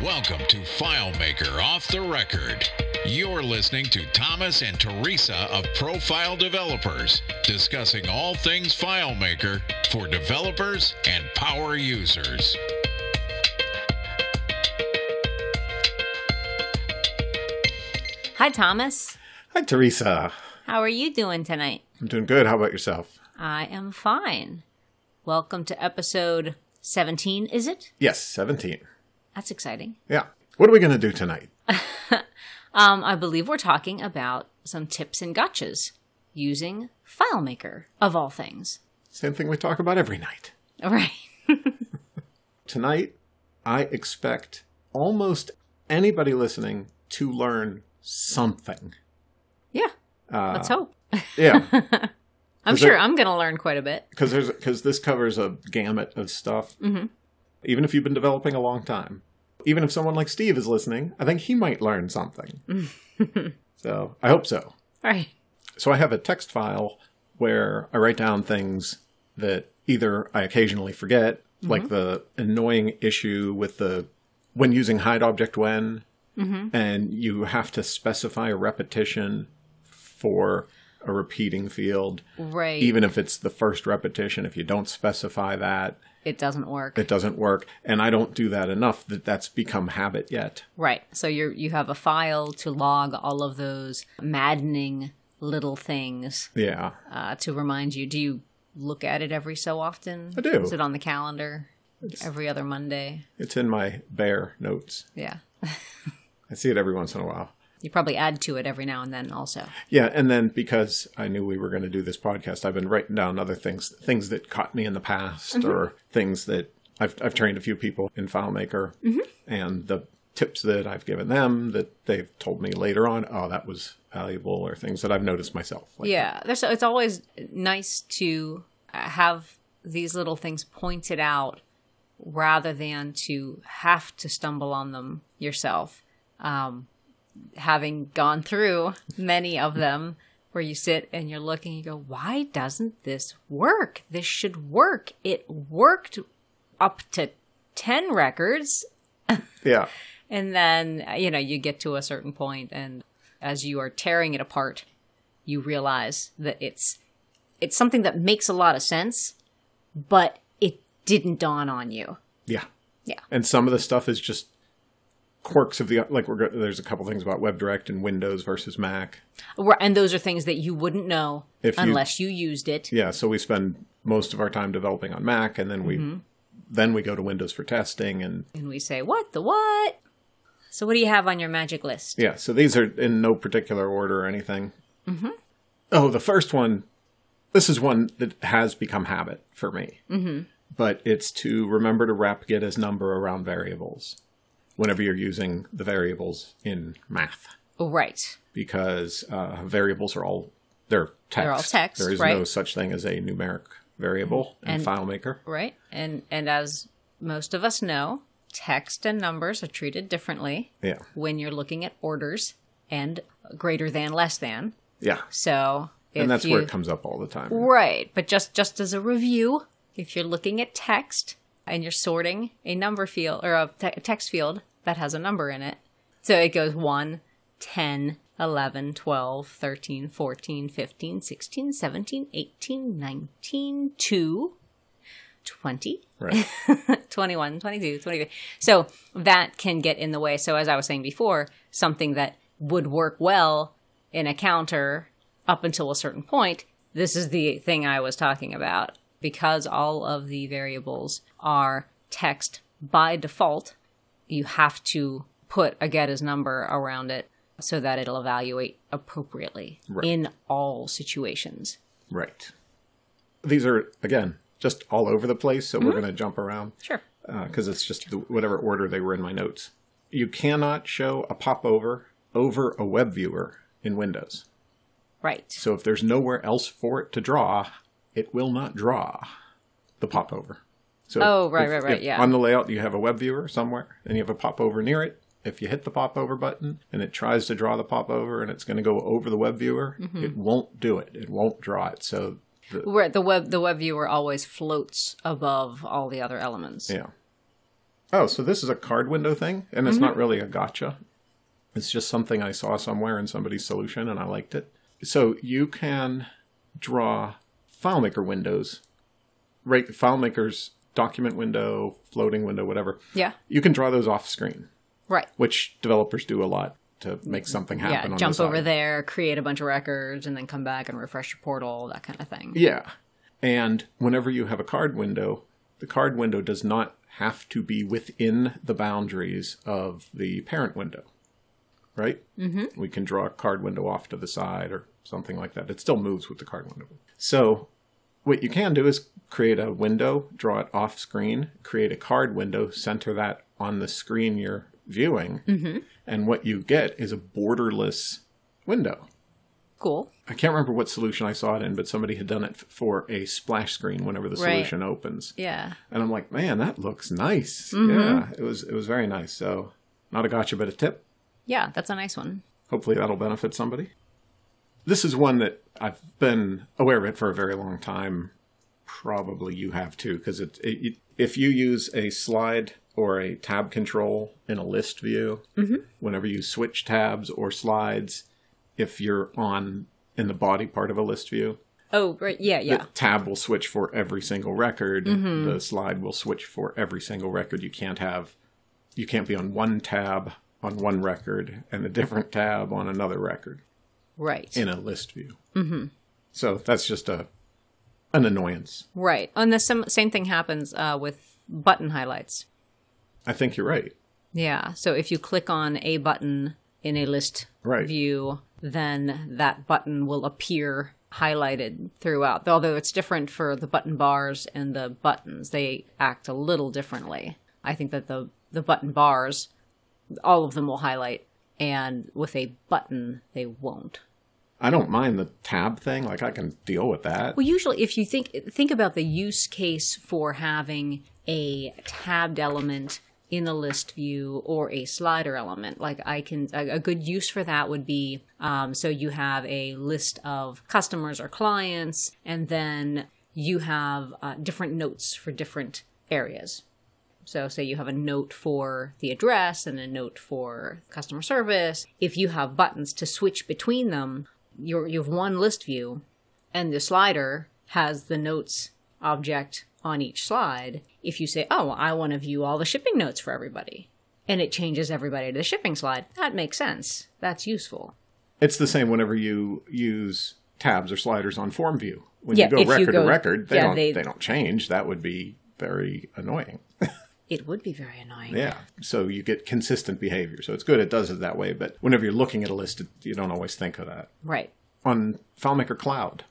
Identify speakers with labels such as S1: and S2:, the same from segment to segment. S1: Welcome to FileMaker Off the Record. You're listening to Thomas and Teresa of Profile Developers, discussing all things FileMaker for developers and power users.
S2: Hi, Thomas.
S3: Hi, Teresa.
S2: How are you doing tonight?
S3: I'm doing good. How about yourself?
S2: I am fine. Welcome to episode 17, is it?
S3: Yes, 17.
S2: That's exciting.
S3: Yeah. What are we going to do tonight?
S2: Um, I believe we're talking about some tips and gotchas using FileMaker, of all things.
S3: Same thing we talk about every night.
S2: All right.
S3: Tonight, I expect almost anybody listening to learn something.
S2: Yeah. let's hope.
S3: Yeah,
S2: I'm
S3: is
S2: sure
S3: Uh, there-
S2: I'm going to learn quite a bit.
S3: because there's because this covers a gamut of stuff.
S2: Mhm.
S3: Even if you've been developing a long time, even if someone like Steve is listening, I think he might learn something. so I hope so.
S2: All right.
S3: So I have a text file where I write down things that either I occasionally forget, like the annoying issue with the when using hide object when, and you have to specify a repetition for a repeating field.
S2: Right.
S3: Even if it's the first repetition, if you don't specify that,
S2: it doesn't work.
S3: it doesn't work. And I don't do that enough that that's become habit yet.
S2: right. So you are you have a file to log all of those maddening little things
S3: Yeah.
S2: uh, to remind you. Do you look at it every so often?
S3: I do.
S2: Is it on the calendar every other Monday?
S3: It's in my bare notes.
S2: Yeah.
S3: I see it every once in a while.
S2: You probably add to it every now and then also.
S3: Yeah, and then because I knew we were going to do this podcast, I've been writing down other things, things that caught me in the past,
S2: Mm-hmm.
S3: or things that I've I've trained a few people in FileMaker,
S2: Mm-hmm.
S3: and the tips that I've given them that they've told me later on, oh, that was valuable, or things that I've noticed myself. Like,
S2: Yeah. There's, it's always nice to uh, have these little things pointed out rather than to have to stumble on them yourself. Um, having gone through many of them where you sit and you're looking, you go, why doesn't this work? This should work. It worked up to 10 records
S3: yeah,
S2: And then, you know, you get to a certain point and as you are tearing it apart, you realize that it's it's something that makes a lot of sense, but it didn't dawn on you.
S3: yeah,
S2: Yeah.
S3: And some of the stuff is just quirks of the like. We're go- there's a couple things about WebDirect and Windows versus Mac.
S2: Where- And those are things that you wouldn't know
S3: If you-
S2: unless you used it.
S3: yeah so we spend most of our time developing on mac and then we
S2: Mm-hmm.
S3: then we go to windows for testing and
S2: And we say, "What the what?" So what do you have on your magic list?
S3: yeah so these are in no particular order or anything mm-hmm. oh the first one this is one that has become habit for me mm-hmm. but it's to remember to wrap get as number around variables whenever you're using the variables in math
S2: Oh, right.
S3: because uh, variables are all they're text.
S2: all text,
S3: There is no
S2: right.
S3: such thing as a numeric variable in
S2: And-
S3: FileMaker.
S2: Right? And and as most of us know, text and numbers are treated differently
S3: Yeah,
S2: when you're looking at orders and greater than less than.
S3: yeah.
S2: So if
S3: and that's
S2: you,
S3: where it comes up all the time.
S2: right. But just just as a review, if you're looking at text and you're sorting a number field or a te- text field that has a number in it, so it goes 1, 10, 11, 12, 13, 14, 15, 16, 17, 18, 19, 2, 20,
S3: Right.
S2: 21, 22, 23. So that can get in the way. So, as I was saying before, something that would work well in a counter up until a certain point, this is the thing I was talking about. Because all of the variables are text by default, you have to put a get as number around it so that it'll evaluate appropriately
S3: Right.
S2: in all situations.
S3: Right. These are, again, just all over the place, so
S2: Mm-hmm.
S3: we're going to jump around
S2: Sure.
S3: because it's just the, whatever order they were in my notes. You cannot show a popover over a web viewer in Windows.
S2: Right.
S3: So if there's nowhere else for it to draw, it will not draw the popover. So
S2: Oh,
S3: if-
S2: right,
S3: if-
S2: right, right,
S3: if
S2: yeah.
S3: On the layout, you have a web viewer somewhere, and you have a popover near it. If you hit the popover button and it tries to draw the popover and it's going to go over the web viewer,
S2: Mm-hmm.
S3: it won't do it. It won't draw it. So the,
S2: Where the web the web viewer always floats above all the other elements.
S3: yeah, oh, so this is a card window thing, and it's
S2: Mm-hmm.
S3: not really a gotcha. It's just something I saw somewhere in somebody's solution, and I liked it. So you can draw FileMaker windows, right? FileMaker's document window, floating window, whatever.
S2: Yeah.
S3: You can draw those off screen,
S2: Right.
S3: which developers do a lot to make something happen.
S2: yeah.
S3: on
S2: Jump
S3: the
S2: over
S3: side.
S2: there, create a bunch of records, and then come back and refresh your portal, that kind of thing.
S3: Yeah. And whenever you have a card window, the card window does not have to be within the boundaries of the parent window, right? Mm-hmm. We can draw a card window off to the side or something like that. It still moves with the card window. So, what you can do is create a window, draw it off screen, create a card window, center that on the screen you're viewing, and what you get is a borderless window.
S2: Cool.
S3: I can't remember what solution I saw it in, but somebody had done it f- for a splash screen whenever the
S2: Right.
S3: solution opens.
S2: Yeah.
S3: And I'm like, man, that looks nice. Yeah, it was it was very nice. So, not a gotcha, but a tip.
S2: Yeah, that's a nice one.
S3: Hopefully, that'll benefit somebody. This is one that I've been aware of it for a very long time. Probably you have too, because it, it, it if you use a slide or a tab control in a list view, whenever you switch tabs or slides, if you're on in the body part of a list view,
S2: Oh, right. Yeah, yeah. Mm-hmm.
S3: the tab will switch for every single record. The slide will switch for every single record. You can't have, you can't be on one tab on one record and a different tab on another record
S2: right.
S3: in a list view. Mm-hmm. So that's just a an annoyance.
S2: right. And the sim- same thing happens uh, with button highlights.
S3: I think you're right.
S2: Yeah. So if you click on a button in a list
S3: Right.
S2: view, then that button will appear highlighted throughout. Although it's different for the button bars and the buttons, they act a little differently. I think that the the button bars, all of them will highlight, and with a button, they won't.
S3: I don't mind the tab thing. Like I can deal with that.
S2: Well, usually, if you think think about the use case for having a tabbed element in a list view or a slider element, like I can, a, a good use for that would be um, so you have a list of customers or clients, and then you have uh, different notes for different areas. So, say you have a note for the address and a note for customer service. If you have buttons to switch between them, you're, you have one list view, and the slider has the notes object on each slide. If you say, oh, I want to view all the shipping notes for everybody, and it changes everybody to the shipping slide, that makes sense. That's useful.
S3: It's the same whenever you use tabs or sliders on form view. When
S2: Yeah,
S3: you go
S2: if you
S3: record
S2: go-
S3: to record, they
S2: yeah,
S3: don't
S2: they-
S3: they don't change. That would be very annoying.
S2: It would be very annoying.
S3: Yeah. So you get consistent behavior. So it's good it does it that way, but whenever you're looking at a list, it- you don't always think of that.
S2: Right.
S3: On FileMaker Cloud,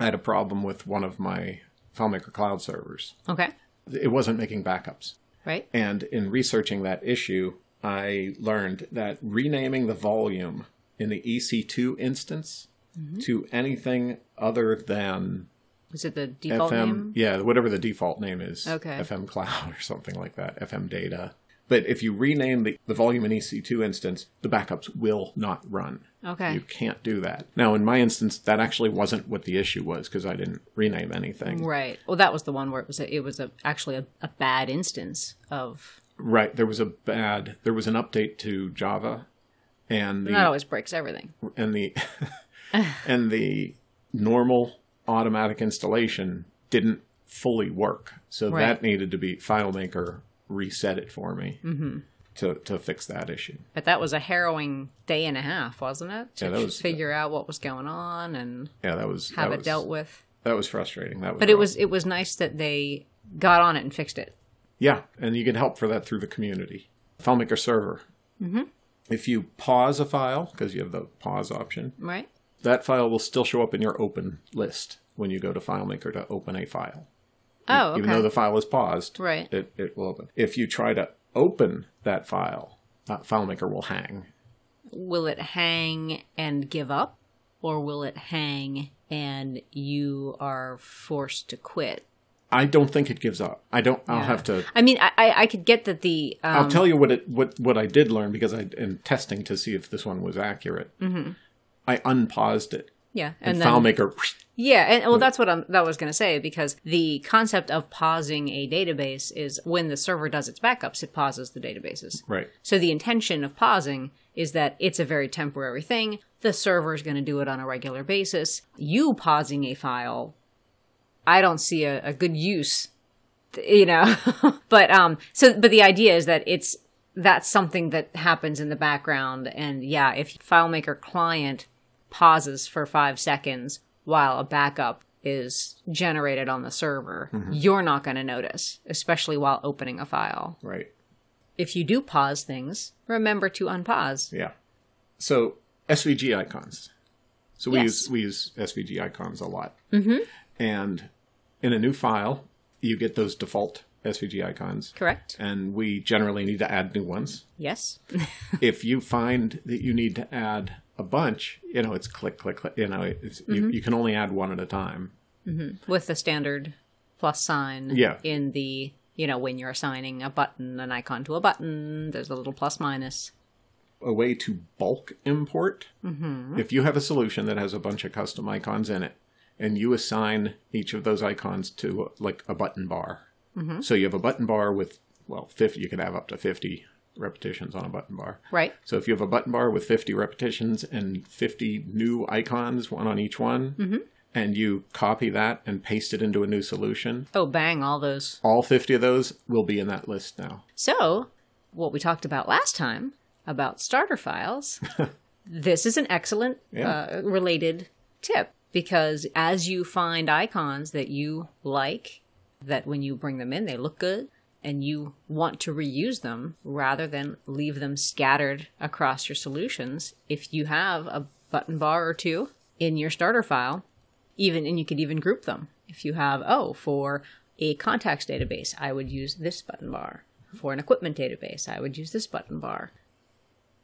S3: I had a problem with one of my FileMaker Cloud servers.
S2: Okay.
S3: It wasn't making backups.
S2: Right.
S3: And in researching that issue, I learned that renaming the volume in the EC2 instance to anything other than
S2: Is it the default
S3: FM,
S2: name?
S3: yeah, whatever the default name is.
S2: Okay.
S3: FM Cloud or something like that, FM Data. But if you rename the, the volume in EC2 instance, the backups will not run.
S2: Okay.
S3: You can't do that. Now, in my instance, that actually wasn't what the issue was because I didn't rename anything. Right.
S2: Right. Well, that was the one where it was a, it was a, actually a, a bad instance of
S3: There was a bad, there was an update to Java and the,
S2: that always breaks everything.
S3: and the, and the normal automatic installation didn't fully work. So
S2: Right.
S3: that needed to be FileMaker reset it for me
S2: Mm-hmm.
S3: to to fix that issue.
S2: But that was a harrowing day and a half, wasn't it? To
S3: Yeah, that was-
S2: figure out what was going on and
S3: Yeah, that was
S2: have
S3: that
S2: it
S3: was,
S2: dealt with.
S3: That was frustrating. That was
S2: But it was it was nice that they got on it and fixed it.
S3: yeah, and you get help for that through the community FileMaker server.
S2: Mm-hmm.
S3: If you pause a file because you have the pause option,
S2: Right?
S3: that file will still show up in your open list when you go to FileMaker to open a file.
S2: Oh, okay.
S3: even though the file is paused
S2: Right.
S3: it, it will open if you try to open that file uh, filemaker will hang
S2: will it hang and give up, or will it hang and you are forced to quit?
S3: i don't think it gives up i don't i'll have to
S2: I mean, I I, I could get that the um,
S3: i'll tell you what it what what i did learn because i am testing to see if this one was accurate i unpaused it
S2: yeah,
S3: and,
S2: Mm-hmm. and then
S3: filemaker
S2: Yeah, and well, that's what I'm, that was going to say because the concept of pausing a database is when the server does its backups, it pauses the databases.
S3: Right.
S2: So the intention of pausing is that it's a very temporary thing. The server is going to do it on a regular basis. You pausing a file, I don't see a, a good use, you know. but um, so but the idea is that it's that's something that happens in the background, and yeah, if FileMaker client pauses for five seconds while a backup is generated on the server, you're not going to notice, especially while opening a file
S3: Right.
S2: if you do pause things, remember to unpause.
S3: Yeah. So SVG icons. So we
S2: Yes.
S3: use we use SVG icons a lot. Mm-hmm. And in a new file, you get those default SVG icons.
S2: Correct?
S3: And we generally need to add new ones.
S2: Yes.
S3: if you find that you need to add a bunch, you know, it's click, click, click. You know, it's, you, you can only add one at a time.
S2: With the standard plus sign
S3: Yeah.
S2: in the, you know, when you're assigning a button, an icon to a button, there's a little plus minus.
S3: A way to bulk import. If you have a solution that has a bunch of custom icons in it, and you assign each of those icons to like a button bar, so you have a button bar with well, fifty. You can have up to fifty repetitions on a button bar.
S2: Right?
S3: So if you have a button bar with 50 repetitions and 50 new icons, one on each one,
S2: Mm-hmm.
S3: and you copy that and paste it into a new solution,
S2: Oh, bang, all those.
S3: all 50 of those will be in that list now.
S2: So, what we talked about last time about starter files, this is an excellent
S3: Yeah.
S2: uh, related tip because as you find icons that you like, that when you bring them in, they look good and you want to reuse them rather than leave them scattered across your solutions, if you have a button bar or two in your starter file, even and you could even group them if you have oh for a contacts database i would use this button bar for an equipment database i would use this button bar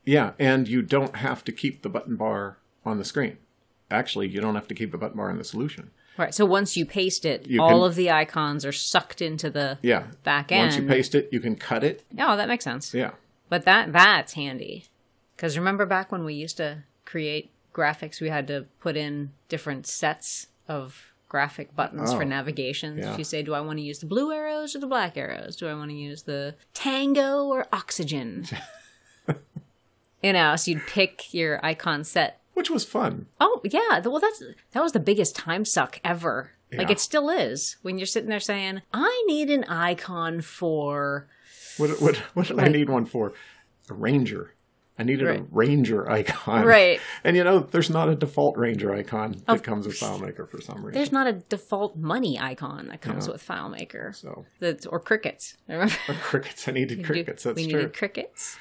S3: Yeah, and you don't have to keep the button bar on the screen. Actually, you don't have to keep the button bar in the solution.
S2: right so once you paste it
S3: You
S2: all
S3: can-
S2: of the icons are sucked into the
S3: Yeah.
S2: back
S3: Once you
S2: end.
S3: paste it, you can cut it.
S2: oh that makes sense
S3: Yeah.
S2: but that that's handy because remember back when we used to create graphics we had to put in different sets of graphic buttons for
S3: Oh,
S2: navigations
S3: yeah.
S2: if you say do i want to use the blue arrows or the black arrows do i want to use the tango or oxygen you know so you'd pick your icon set
S3: Which was fun.
S2: Oh yeah, th- well that's that was the biggest time suck ever. Like
S3: Yeah.
S2: it still is when you're sitting there saying, "I need an icon for."
S3: What, what, what did I need one for? A ranger. I needed a
S2: Right.
S3: ranger icon.
S2: Right.
S3: And you know, there's not a default ranger icon that comes with FileMaker for some reason.
S2: There's not a default money icon that comes with FileMaker.
S3: So
S2: That's or crickets. Remember?
S3: crickets. I needed crickets. That's
S2: we
S3: true.
S2: needed crickets,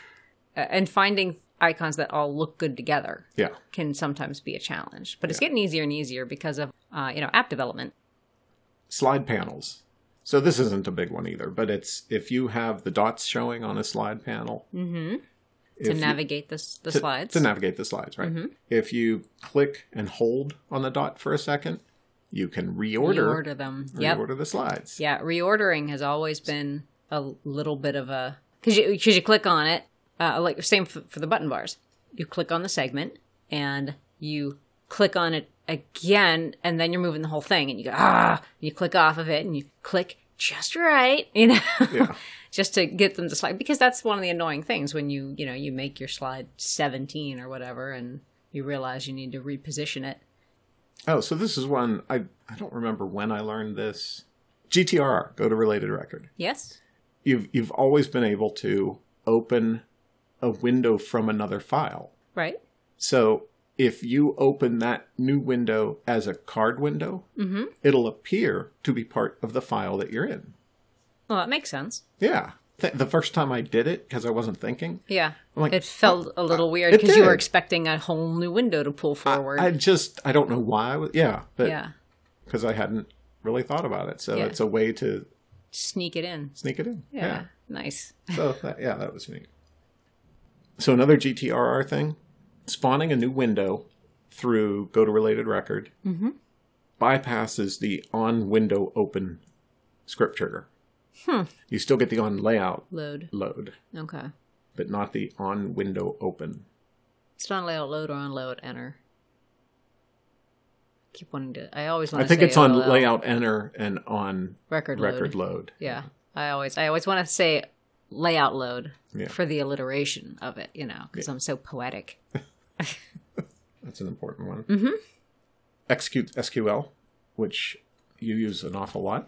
S2: uh, and finding icons that all look good together
S3: yeah.
S2: can sometimes be a challenge. But it's getting easier and easier because of uh, you know app development.
S3: Slide panels. So this isn't a big one either, but it's if you have the dots showing on a slide panel
S2: Mm-hmm. To
S3: If you-
S2: navigate this, the
S3: to-
S2: slides. Mm-hmm.
S3: to navigate the slides, right? If you click and hold on the dot for a second, you can reorder
S2: reorder them. Yep.
S3: reorder the slides.
S2: Yeah, reordering has always been a little bit of a because you, 'cause you click on it, uh, like same for, for the button bars. You click on the segment and you click on it again, and then you're moving the whole thing, and you go ah, and you click off of it, and you click just right, you know,
S3: Yeah.
S2: just to get them to slide because that's one of the annoying things when you you know you make your slide 17 or whatever, and you realize you need to reposition it.
S3: Oh, so this is one I I don't remember when I learned this. GTR, go to related record.
S2: Yes,
S3: You've you've always been able to open a window from another file.
S2: right,
S3: So if you open that new window as a card window,
S2: Mm-hmm.
S3: it'll appear to be part of the file that you're in.
S2: well that makes sense.
S3: Yeah. Th- the first time I did it, because I wasn't thinking,
S2: Yeah.
S3: I'm like,
S2: it felt a little weird
S3: it
S2: because you were
S3: did.
S2: expecting a whole new window to pull forward.
S3: I just, I don't know why. I was, yeah. But
S2: yeah.
S3: because I hadn't really thought about it. So
S2: Yeah.
S3: it's a way to
S2: Sneak it in.
S3: sneak it in.
S2: Yeah. Nice.
S3: yeah. So that, yeah, that was neat. So another GTRR thing spawning a new window through go to related record
S2: Mm-hmm.
S3: bypasses the on window open script trigger.
S2: Hmm.
S3: You still get the on layout
S2: Load.
S3: load,
S2: Okay.
S3: but not the on window open.
S2: It's not layout load or unload enter. keep wanting to. I always want
S3: I
S2: to.
S3: think
S2: say
S3: it's on
S2: OLL.
S3: layout enter and on
S2: record load.
S3: record load.
S2: Yeah, I always I always want to say layout load
S3: Yeah.
S2: for the alliteration of it, you know, because I'm so poetic.
S3: That's an important one. Mm-hmm. Execute SQL, which you use an awful lot.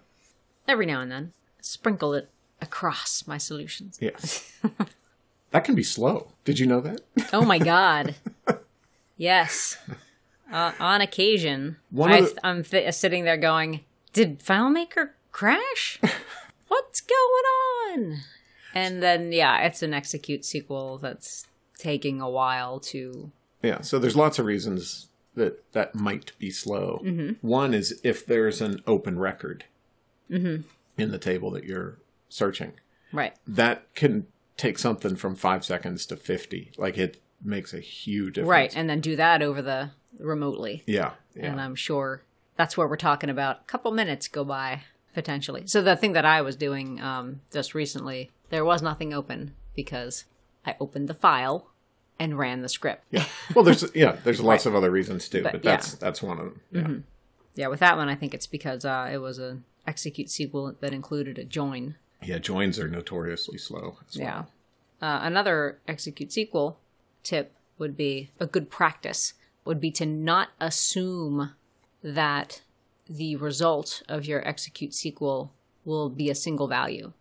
S2: Every now and then, sprinkle it across my solutions.
S3: Yes. that can be slow. Did you know that?
S2: Oh my god! yes, uh, on occasion,
S3: One
S2: I,
S3: of the-
S2: I'm fi- sitting there going, "Did FileMaker crash? What's going on?" And then, yeah, it's an execute sequel that's taking a while to
S3: Yeah, so there's lots of reasons that that might be slow. One is if there's an open record in the table that you're searching,
S2: right.
S3: that can take something from five seconds to 50. Like it makes a huge difference.
S2: Right, and then do that over the remotely.
S3: Yeah. Yeah.
S2: And I'm sure that's where we're talking about. A couple minutes go by potentially. So the thing that I was doing um, just recently, there was nothing open because I opened the file and ran the script.
S3: yeah. Well, there's yeah, there's lots of other reasons too, but,
S2: yeah.
S3: that's that's one of them. Yeah. Mm-hmm.
S2: Yeah, with that one, I think it's because uh, it was an execute sequel that included a join.
S3: Yeah, joins are notoriously slow. as well.
S2: Yeah. Uh, another execute sequel tip would be a good practice would be to not assume that the result of your execute sequel will be a single value.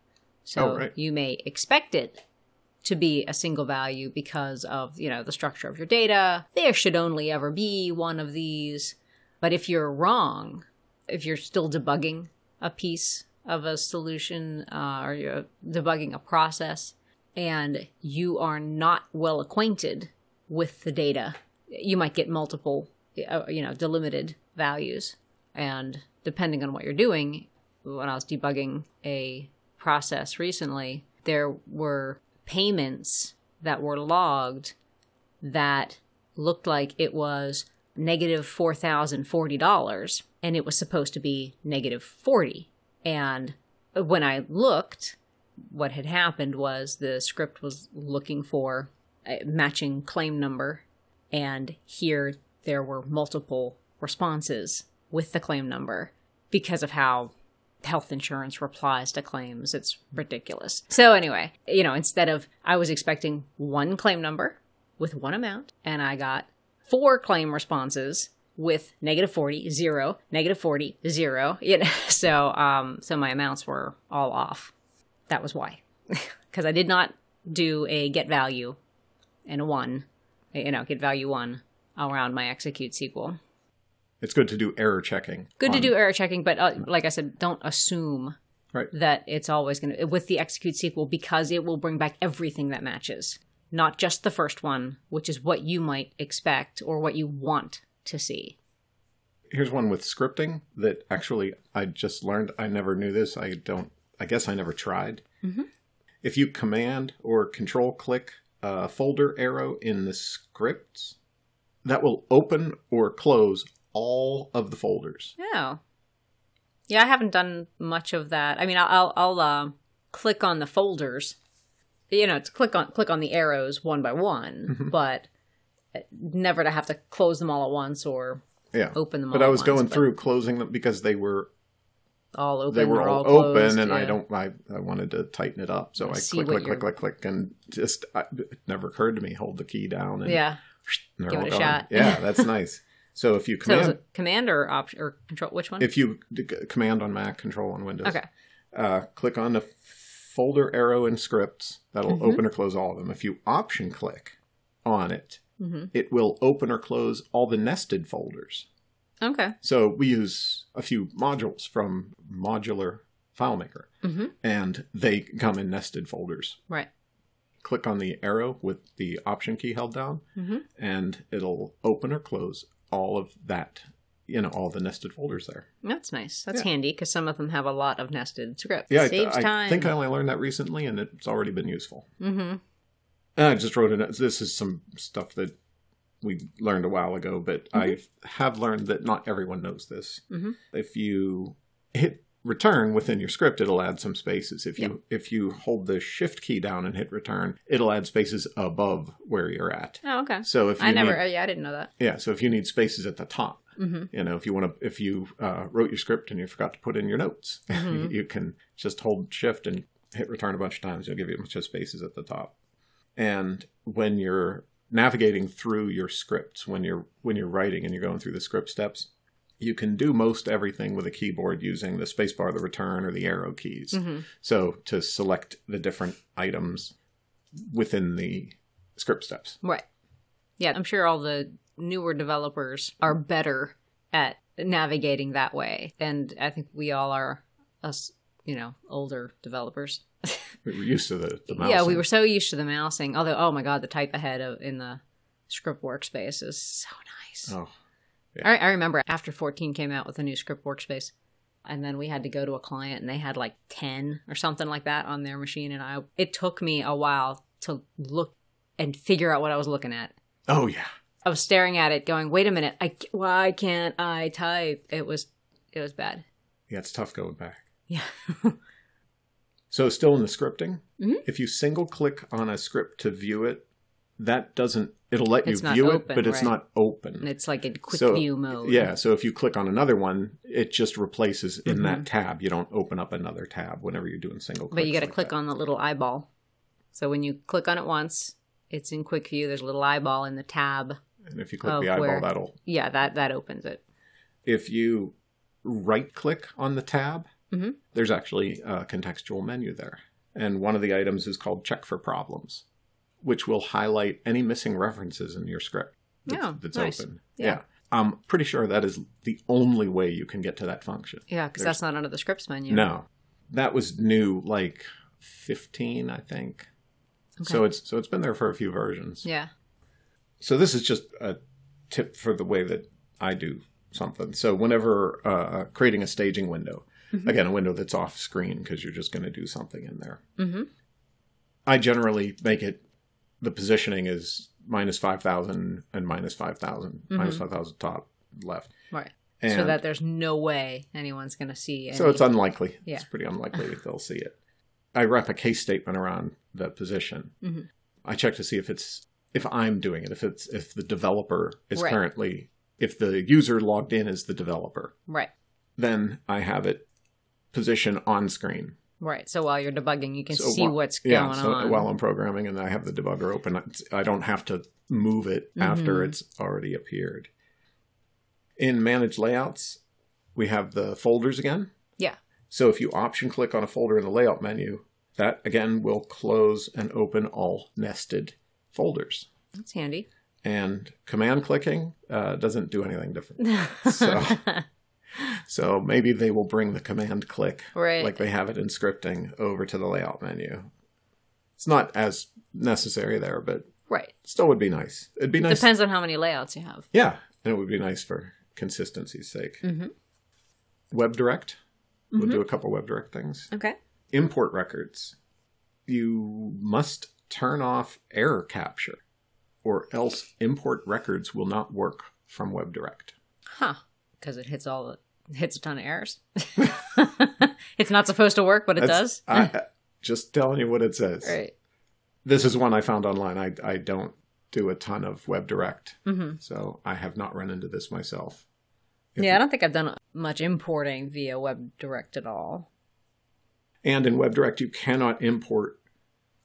S2: So
S3: Oh, right.
S2: you may expect it to be a single value because of, you know, the structure of your data. There should only ever be one of these. But if you're wrong, if you're still debugging a piece of a solution uh, or you're debugging a process and you are not well acquainted with the data, you might get multiple, uh, you know, delimited values. And depending on what you're doing, when I was debugging a process recently, there were payments that were logged that looked like it was negative $4,040 and it was supposed to be negative 40. And when I looked, what had happened was the script was looking for a matching claim number and here there were multiple responses with the claim number because of how health insurance replies to claims. It's ridiculous. So, anyway, you know, instead of I was expecting one claim number with one amount, and I got four claim responses with negative 40, zero, negative 40, zero. You know, so, um, so my amounts were all off. That was why. Because I did not do a get value and a one, you know, get value one around my execute sequel
S3: It's good to do error checking.
S2: good to
S3: on-
S2: do error checking but uh, like i said don't assume
S3: Right.
S2: that it's always going to with the execute sequel because it will bring back everything that matches not just the first one which is what you might expect or what you want to see
S3: here's one with scripting that actually I just learned. I never knew this. I don't. I guess I never tried.
S2: Mm-hmm.
S3: If you command or control click a folder arrow in the scripts, that will open or close all of the folders.
S2: oh yeah i haven't done much of that i mean i'll i'll, I'll uh, click on the folders you know to click on click on the arrows one by one
S3: Mm-hmm.
S2: but uh, never to have to close them all at once or
S3: Yeah,
S2: Open them
S3: But
S2: all
S3: I
S2: at
S3: was going
S2: once, but-
S3: through closing them because they were
S2: all open
S3: they were
S2: or
S3: all, open,
S2: closed,
S3: and I
S2: yeah.
S3: don't. I, I wanted to tighten it up, so I
S2: See
S3: click
S2: what
S3: click click
S2: you're-
S3: click click, and just I, it never occurred to me hold the key down and
S2: yeah
S3: and they're
S2: Give
S3: all
S2: it a
S3: gone.
S2: shot.
S3: Yeah, that's nice. So if you
S2: So
S3: command
S2: is it command or option or control? Which one?
S3: if you d- c- command on Mac, control on Windows,
S2: Mm-hmm. okay.
S3: uh, click on the f- folder arrow in scripts. That'll open or close all of them. If you option click on it,
S2: hmm
S3: it will open or close all the nested folders.
S2: Okay.
S3: So we use a few modules from Modular FileMaker,
S2: hmm
S3: and they come in nested folders.
S2: Right.
S3: Click on the arrow with the option key held down,
S2: hmm
S3: and it'll open or close all of that, you know, all the nested folders there.
S2: That's nice. That's
S3: Yeah.
S2: handy because some of them have a lot of nested scripts.
S3: Yeah, I-
S2: Saves
S3: I,
S2: time.
S3: think I only learned that recently, and it's already been useful.
S2: hmm
S3: And I just wrote it. This is some stuff that we learned a while ago, but
S2: Mm-hmm.
S3: I have learned that not everyone knows this.
S2: Mhm.
S3: If you hit return within your script, it'll add some spaces. If you if you hold the shift key down and hit return, it'll add spaces above where you're at.
S2: Oh, okay.
S3: So if you
S2: I never.
S3: need-
S2: oh, yeah, I didn't know that. Mm-hmm.
S3: yeah, so if you need spaces at the top, You know, if you want to, if you uh, wrote your script and you forgot to put in your notes,
S2: Mm-hmm.
S3: you can just hold shift and hit return a bunch of times. It'll give you a bunch of spaces at the top. And when you're navigating through your scripts, when you're when you're writing and you're going through the script steps, you can do most everything with a keyboard using the spacebar, the return, or the arrow keys.
S2: Mm-hmm.
S3: So to select the different items within the script steps.
S2: Right. Yeah, I'm sure all the newer developers are better at navigating that way. And I think we all are, us, you know, older developers.
S3: We were used to the, the mouse.
S2: Yeah, we were so used to the mousing. Although, oh my God, the type ahead of, in the script workspace is so nice.
S3: Oh,
S2: I, I remember after 14 came out with a new script workspace. And then we had to go to a client and they had like 10 or something like that on their machine. And I, it took me a while to look and figure out what I was looking at.
S3: oh yeah.
S2: I was staring at it, going, "Wait a minute! I c- why can't I type?" It was it was bad.
S3: Yeah, it's tough going back.
S2: Yeah.
S3: So, still in the scripting,
S2: Mm-hmm.
S3: if you single click on a script to view it, that doesn't, it'll let you
S2: It's not
S3: view
S2: open,
S3: it, but it's
S2: right.
S3: not open.
S2: It's like in quick
S3: So,
S2: view mode.
S3: Yeah, so if you click on another one, it just replaces in that tab. You don't open up another tab whenever you're doing single click.
S2: Mm-hmm. But you got to click on the little eyeball. So when you click on it once, it's in quick view. There's a little eyeball in the tab.
S3: And if you click
S2: oh,
S3: the eyeball,
S2: where-
S3: that'll.
S2: Yeah, that that opens it.
S3: If you right click on the tab,
S2: Mhm.
S3: there's actually a contextual menu there. And one of the items is called check for problems, which will highlight any missing references in your script. that's,
S2: Oh,
S3: that's
S2: nice.
S3: open.
S2: Yeah.
S3: Yeah. I'm pretty sure that is the only way you can get to that function.
S2: Yeah, because that's not under the scripts menu.
S3: No. That was new like 15, I think. So it's so it's been there for a few versions.
S2: Yeah.
S3: So this is just a tip for the way that I do something. So whenever uh, creating a staging window, again, a window that's off screen because you're just going to do something in there.
S2: Mhm.
S3: I generally make it the positioning is minus five thousand and minus five minus five thousand top left.
S2: Right.
S3: And
S2: so that there's no way anyone's gonna see. Any,
S3: so it's unlikely.
S2: Yeah.
S3: It's pretty unlikely that they'll see it. I wrap a case statement around the position.
S2: Mhm.
S3: I check to see if it's if I'm doing it, if it's if the developer is
S2: Right.
S3: currently if the user logged in as the developer,
S2: right.
S3: then I have it position on screen.
S2: Right. So while you're debugging, you can
S3: So
S2: see
S3: wha-
S2: what's
S3: yeah,
S2: going
S3: so
S2: on.
S3: while I'm programming and I have the debugger open, it's- I don't have to move it
S2: Mm-hmm.
S3: after it's already appeared. In manage layouts, we have the folders again.
S2: yeah.
S3: So if you option click on a folder in the layout menu, that again will close and open all nested folders.
S2: That's handy.
S3: And command clicking uh, doesn't do anything different. so, so maybe they will bring the command click,
S2: Right.
S3: like they have it in scripting, over to the layout menu. It's not as necessary there, but
S2: Right.
S3: still would be nice. It'd be nice.
S2: Depends on how many layouts you have.
S3: Yeah, and it would be nice for consistency's sake.
S2: Mm-hmm.
S3: WebDirect, we'll do a couple WebDirect things.
S2: Okay.
S3: import records, you must turn off error capture, or else import records will not work from WebDirect.
S2: Huh. Because it hits all the hits a ton of errors. it's not supposed to work, but it does. Hmm.
S3: I, I- just telling you what it says.
S2: Right.
S3: This is one I found online. I, I don't do a ton of WebDirect,
S2: Mm-hmm.
S3: so I have not run into this myself.
S2: Yeah, I don't think I've done much importing via WebDirect at all.
S3: And in WebDirect, you cannot import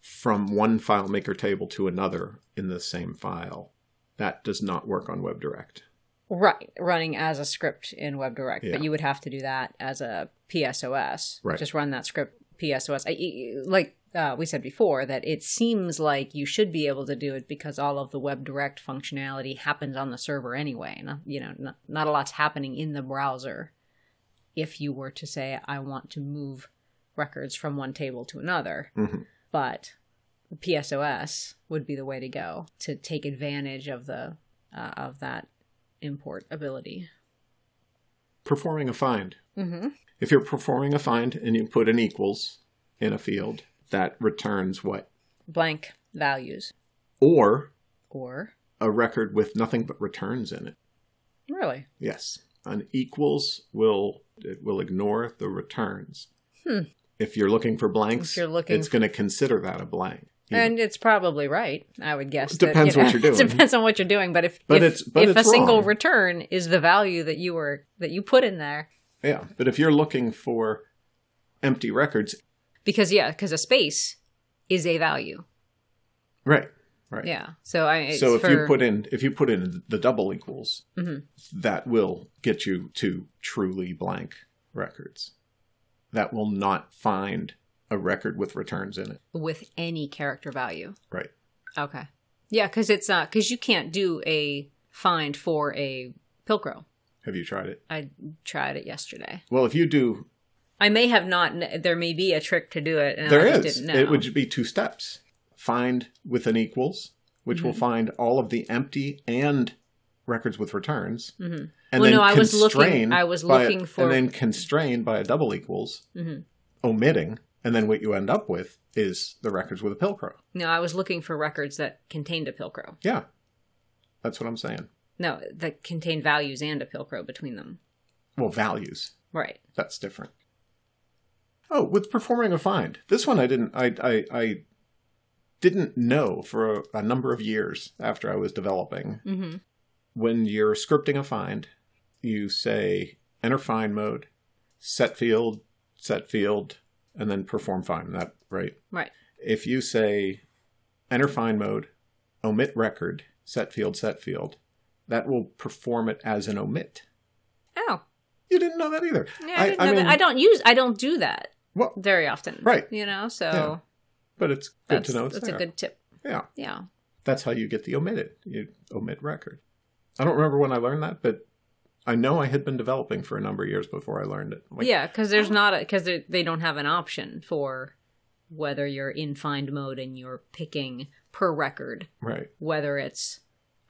S3: from one FileMaker table to another in the same file. That does not work on WebDirect.
S2: Right, running as a script in WebDirect,
S3: Yeah.
S2: but you would have to do that as a PSOS.
S3: Right.
S2: Just run that script PSOS. I- I, like uh, we said before, that it seems like you should be able to do it because all of the WebDirect functionality happens on the server anyway. Not, you know, not, not a lot's happening in the browser. If you were to say, I want to move records from one table to another,
S3: Mhm.
S2: but the PSOS would be the way to go to take advantage of the uh, of that import ability.
S3: Performing a find.
S2: Mm-hmm.
S3: If you're performing a find and you put an equals in a field, that returns what?
S2: Blank values
S3: Or
S2: or
S3: a record with nothing but returns in it.
S2: really
S3: Yes. An equals will it will ignore the returns. If you're looking for blanks,
S2: Hmm. If you're looking
S3: it's going to consider that a blank.
S2: And it's probably right, I would guess.
S3: It depends
S2: that, you
S3: what
S2: know,
S3: you're doing.
S2: It depends on what you're doing, but if
S3: But
S2: if,
S3: it's- but
S2: if
S3: it's
S2: a single
S3: wrong.
S2: return is the value that you were that you put in there,
S3: Yeah, but if you're looking for empty records,
S2: because yeah, because a space is a value.
S3: right, right.
S2: Yeah. So I it's
S3: so if
S2: for, Mm-hmm.
S3: you put in if you put in the double equals, that will get you to truly blank records. That will not find a record with returns in it.
S2: with any character value.
S3: Right.
S2: Okay. Yeah, because it's not because you can't do a find for a pilcrow.
S3: Have you tried it?
S2: I tried it yesterday.
S3: Well, if you do,
S2: I may have not. kn- There may be a trick to do it. And
S3: there
S2: I just
S3: is.
S2: Didn't know.
S3: It would be two steps. Find with an equals, which
S2: Mm-hmm.
S3: will find all of the empty and records with returns.
S2: Mhm.
S3: And
S2: Well,
S3: then
S2: no, I was looking-
S3: constrain
S2: I was
S3: by-
S2: looking for-
S3: and then constrained by a double equals,
S2: Mhm.
S3: omitting, and then what you end up with is the records with a pilcrow.
S2: No, I was looking for records that contained a pilcrow.
S3: Yeah, that's what I'm saying.
S2: No, that contained values and a pilcrow between them.
S3: Well, values.
S2: Right.
S3: That's different. Oh, with performing a find. This one I didn't I I, I didn't know for a, a number of years after I was developing.
S2: Mm-hmm.
S3: When you're scripting a find, you say enter find mode, set field, set field, and then perform find. That right?
S2: Right.
S3: If you say enter find mode, omit record, set field, set field, that will perform it as an omit.
S2: Oh,
S3: You didn't know that either.
S2: yeah. I, didn't know that. I don't use. I don't do that
S3: Well,
S2: very often.
S3: Right.
S2: You know. So
S3: Yeah. but it's good
S2: that's
S3: to know it's
S2: that's a
S3: there.
S2: good tip.
S3: Yeah,
S2: Yeah.
S3: that's how you get the omitted. You omit record. I don't remember when I learned that, but I know I had been developing for a number of years before I learned it. Like,
S2: yeah, because there's not a because they don't have an option for whether you're in find mode and you're picking per record
S3: Right.
S2: whether it's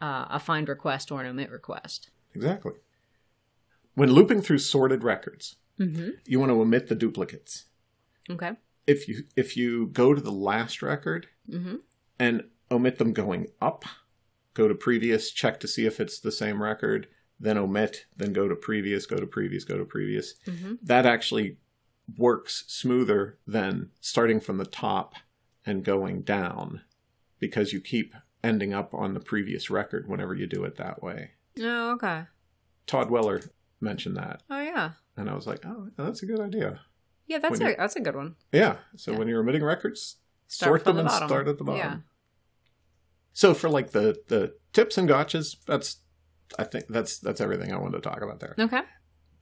S2: uh, a find request or an omit request.
S3: Exactly. When looping through sorted records,
S2: Mm-hmm.
S3: you want to omit the duplicates.
S2: Okay.
S3: If you if you go to the last record
S2: Mm-hmm.
S3: and omit them going up, go to previous, check to see if it's the same record, then omit, then go to previous, go to previous, go to previous.
S2: Mm-hmm.
S3: that actually works smoother than starting from the top and going down because you keep ending up on the previous record whenever you do it that way.
S2: Oh, okay.
S3: Todd Weller mentioned that,
S2: Oh, yeah.
S3: and I was like, oh, that's a good idea.
S2: Yeah, that's
S3: When
S2: a that's a good one.
S3: Yeah. So
S2: Yeah.
S3: when you're omitting records,
S2: Start
S3: sort
S2: from
S3: them
S2: the
S3: and
S2: bottom.
S3: start at the bottom.
S2: Yeah.
S3: So for like the the tips and gotchas, that's I think that's that's everything I wanted to talk about there.
S2: Okay.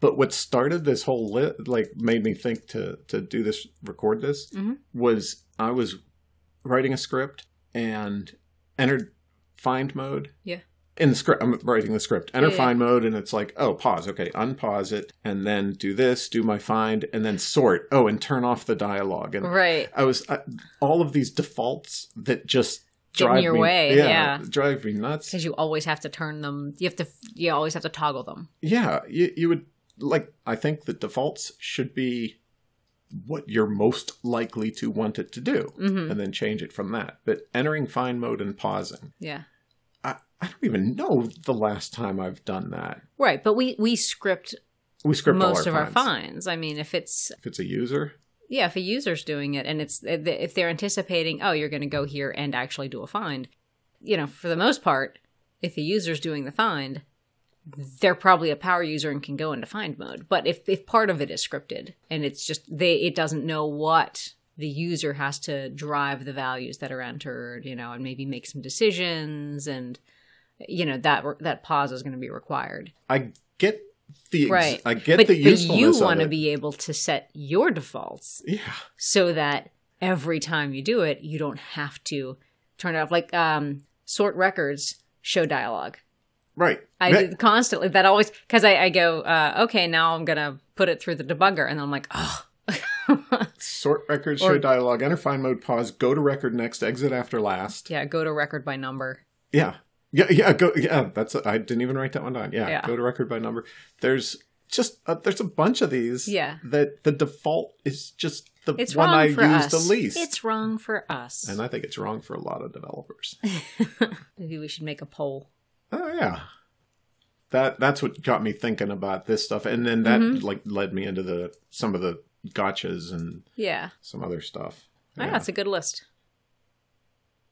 S3: But what started this whole li- like made me think to to do this, record this
S2: Mhm.
S3: was I was writing a script and entered find mode.
S2: Yeah.
S3: In the script, I'm writing the script. Enter
S2: Yeah, yeah.
S3: find mode, and it's like, oh, pause. Okay, unpause it, and then do this, do my find, and then sort. Oh, and turn off the dialogue. And
S2: Right.
S3: I was I, all of these defaults that just
S2: Get in
S3: drive
S2: your
S3: me,
S2: way, yeah.
S3: drive me nuts.
S2: Because you always have to turn them. You have to. You always have to toggle them.
S3: Yeah, you, you would like. I think the defaults should be what you're most likely to want it to do,
S2: Mhm.
S3: and then change it from that. But entering find mode and pausing,
S2: Yeah.
S3: I, I don't even know the last time I've done that.
S2: Right. But we we script
S3: We script all
S2: most of our
S3: finds.
S2: finds. I mean, if it's
S3: If it's a user,
S2: yeah, if a user's doing it and it's if they're anticipating, oh, you're going to go here and actually do a find, you know, for the most part, if a user's doing the find, they're probably a power user and can go into find mode. But if if part of it is scripted and it's just they it doesn't know what the user has to drive the values that are entered, you know, and maybe make some decisions and you know that that pause is going to be required.
S3: I get the ex-
S2: Right.
S3: I get
S2: but,
S3: the
S2: but you
S3: usefulness
S2: want to
S3: of it.
S2: be able to set your defaults
S3: yeah,
S2: so that every time you do it, you don't have to turn it off. Like um, sort records, show dialogue.
S3: right.
S2: I
S3: That-
S2: did constantly that always because I, I go uh, okay now I'm gonna put it through the debugger and then I'm like oh
S3: sort record,
S2: or-
S3: show dialogue, enter find mode, pause, go to record next, exit after last.
S2: yeah go to record by number
S3: Yeah. Yeah, yeah, go yeah, that's I didn't even write that one down. Yeah,
S2: Yeah.
S3: go to record by number. There's just uh there's a bunch of these
S2: Yeah.
S3: that the default is just the
S2: it's
S3: one
S2: wrong
S3: I use
S2: for us
S3: the least.
S2: it's wrong for us
S3: and I think it's wrong for a lot of developers.
S2: maybe we should make a poll
S3: oh yeah. That that's what got me thinking about this stuff and then that
S2: Mhm.
S3: like led me into the some of the gotchas and
S2: yeah,
S3: some other stuff.
S2: Oh, yeah.
S3: Yeah.
S2: that's a good list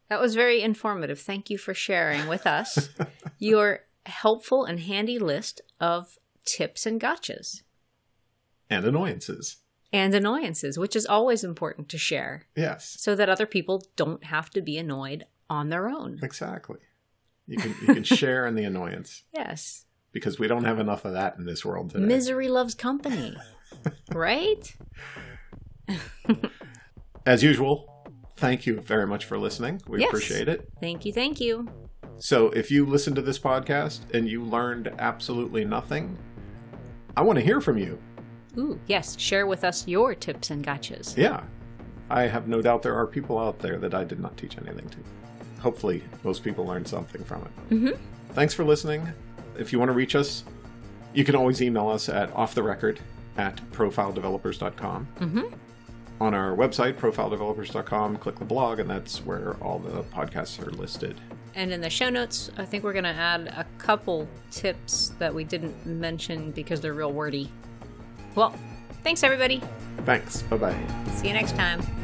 S2: That was very informative. Thank you for sharing with us your helpful and handy list of tips and gotchas
S3: and annoyances.
S2: and annoyances, which is always important to share
S3: Yes,
S2: so that other people don't have to be annoyed on their own.
S3: exactly. You can you can share in the annoyance
S2: Yes.
S3: because we don't have enough of that in this world today.
S2: Misery loves company. right?
S3: As usual, thank you very much for listening. We
S2: Yes.
S3: appreciate it.
S2: Thank you. Thank you.
S3: So if you listened to this podcast and you learned absolutely nothing, I want to hear from you.
S2: Ooh, yes. Share with us your tips and gotchas.
S3: Yeah. I have no doubt there are people out there that I did not teach anything to. Hopefully, most people learned something from it.
S2: Mhm.
S3: Thanks for listening. If you want to reach us, you can always email us at offtherecord at profiledevelopers.com.
S2: Mhm.
S3: On our website, profiledevelopers.com, click the blog, and that's where all the podcasts are listed.
S2: And in the show notes, I think we're going to add a couple tips that we didn't mention because they're real wordy. Well, thanks, everybody.
S3: Thanks. Bye bye.
S2: See you next time.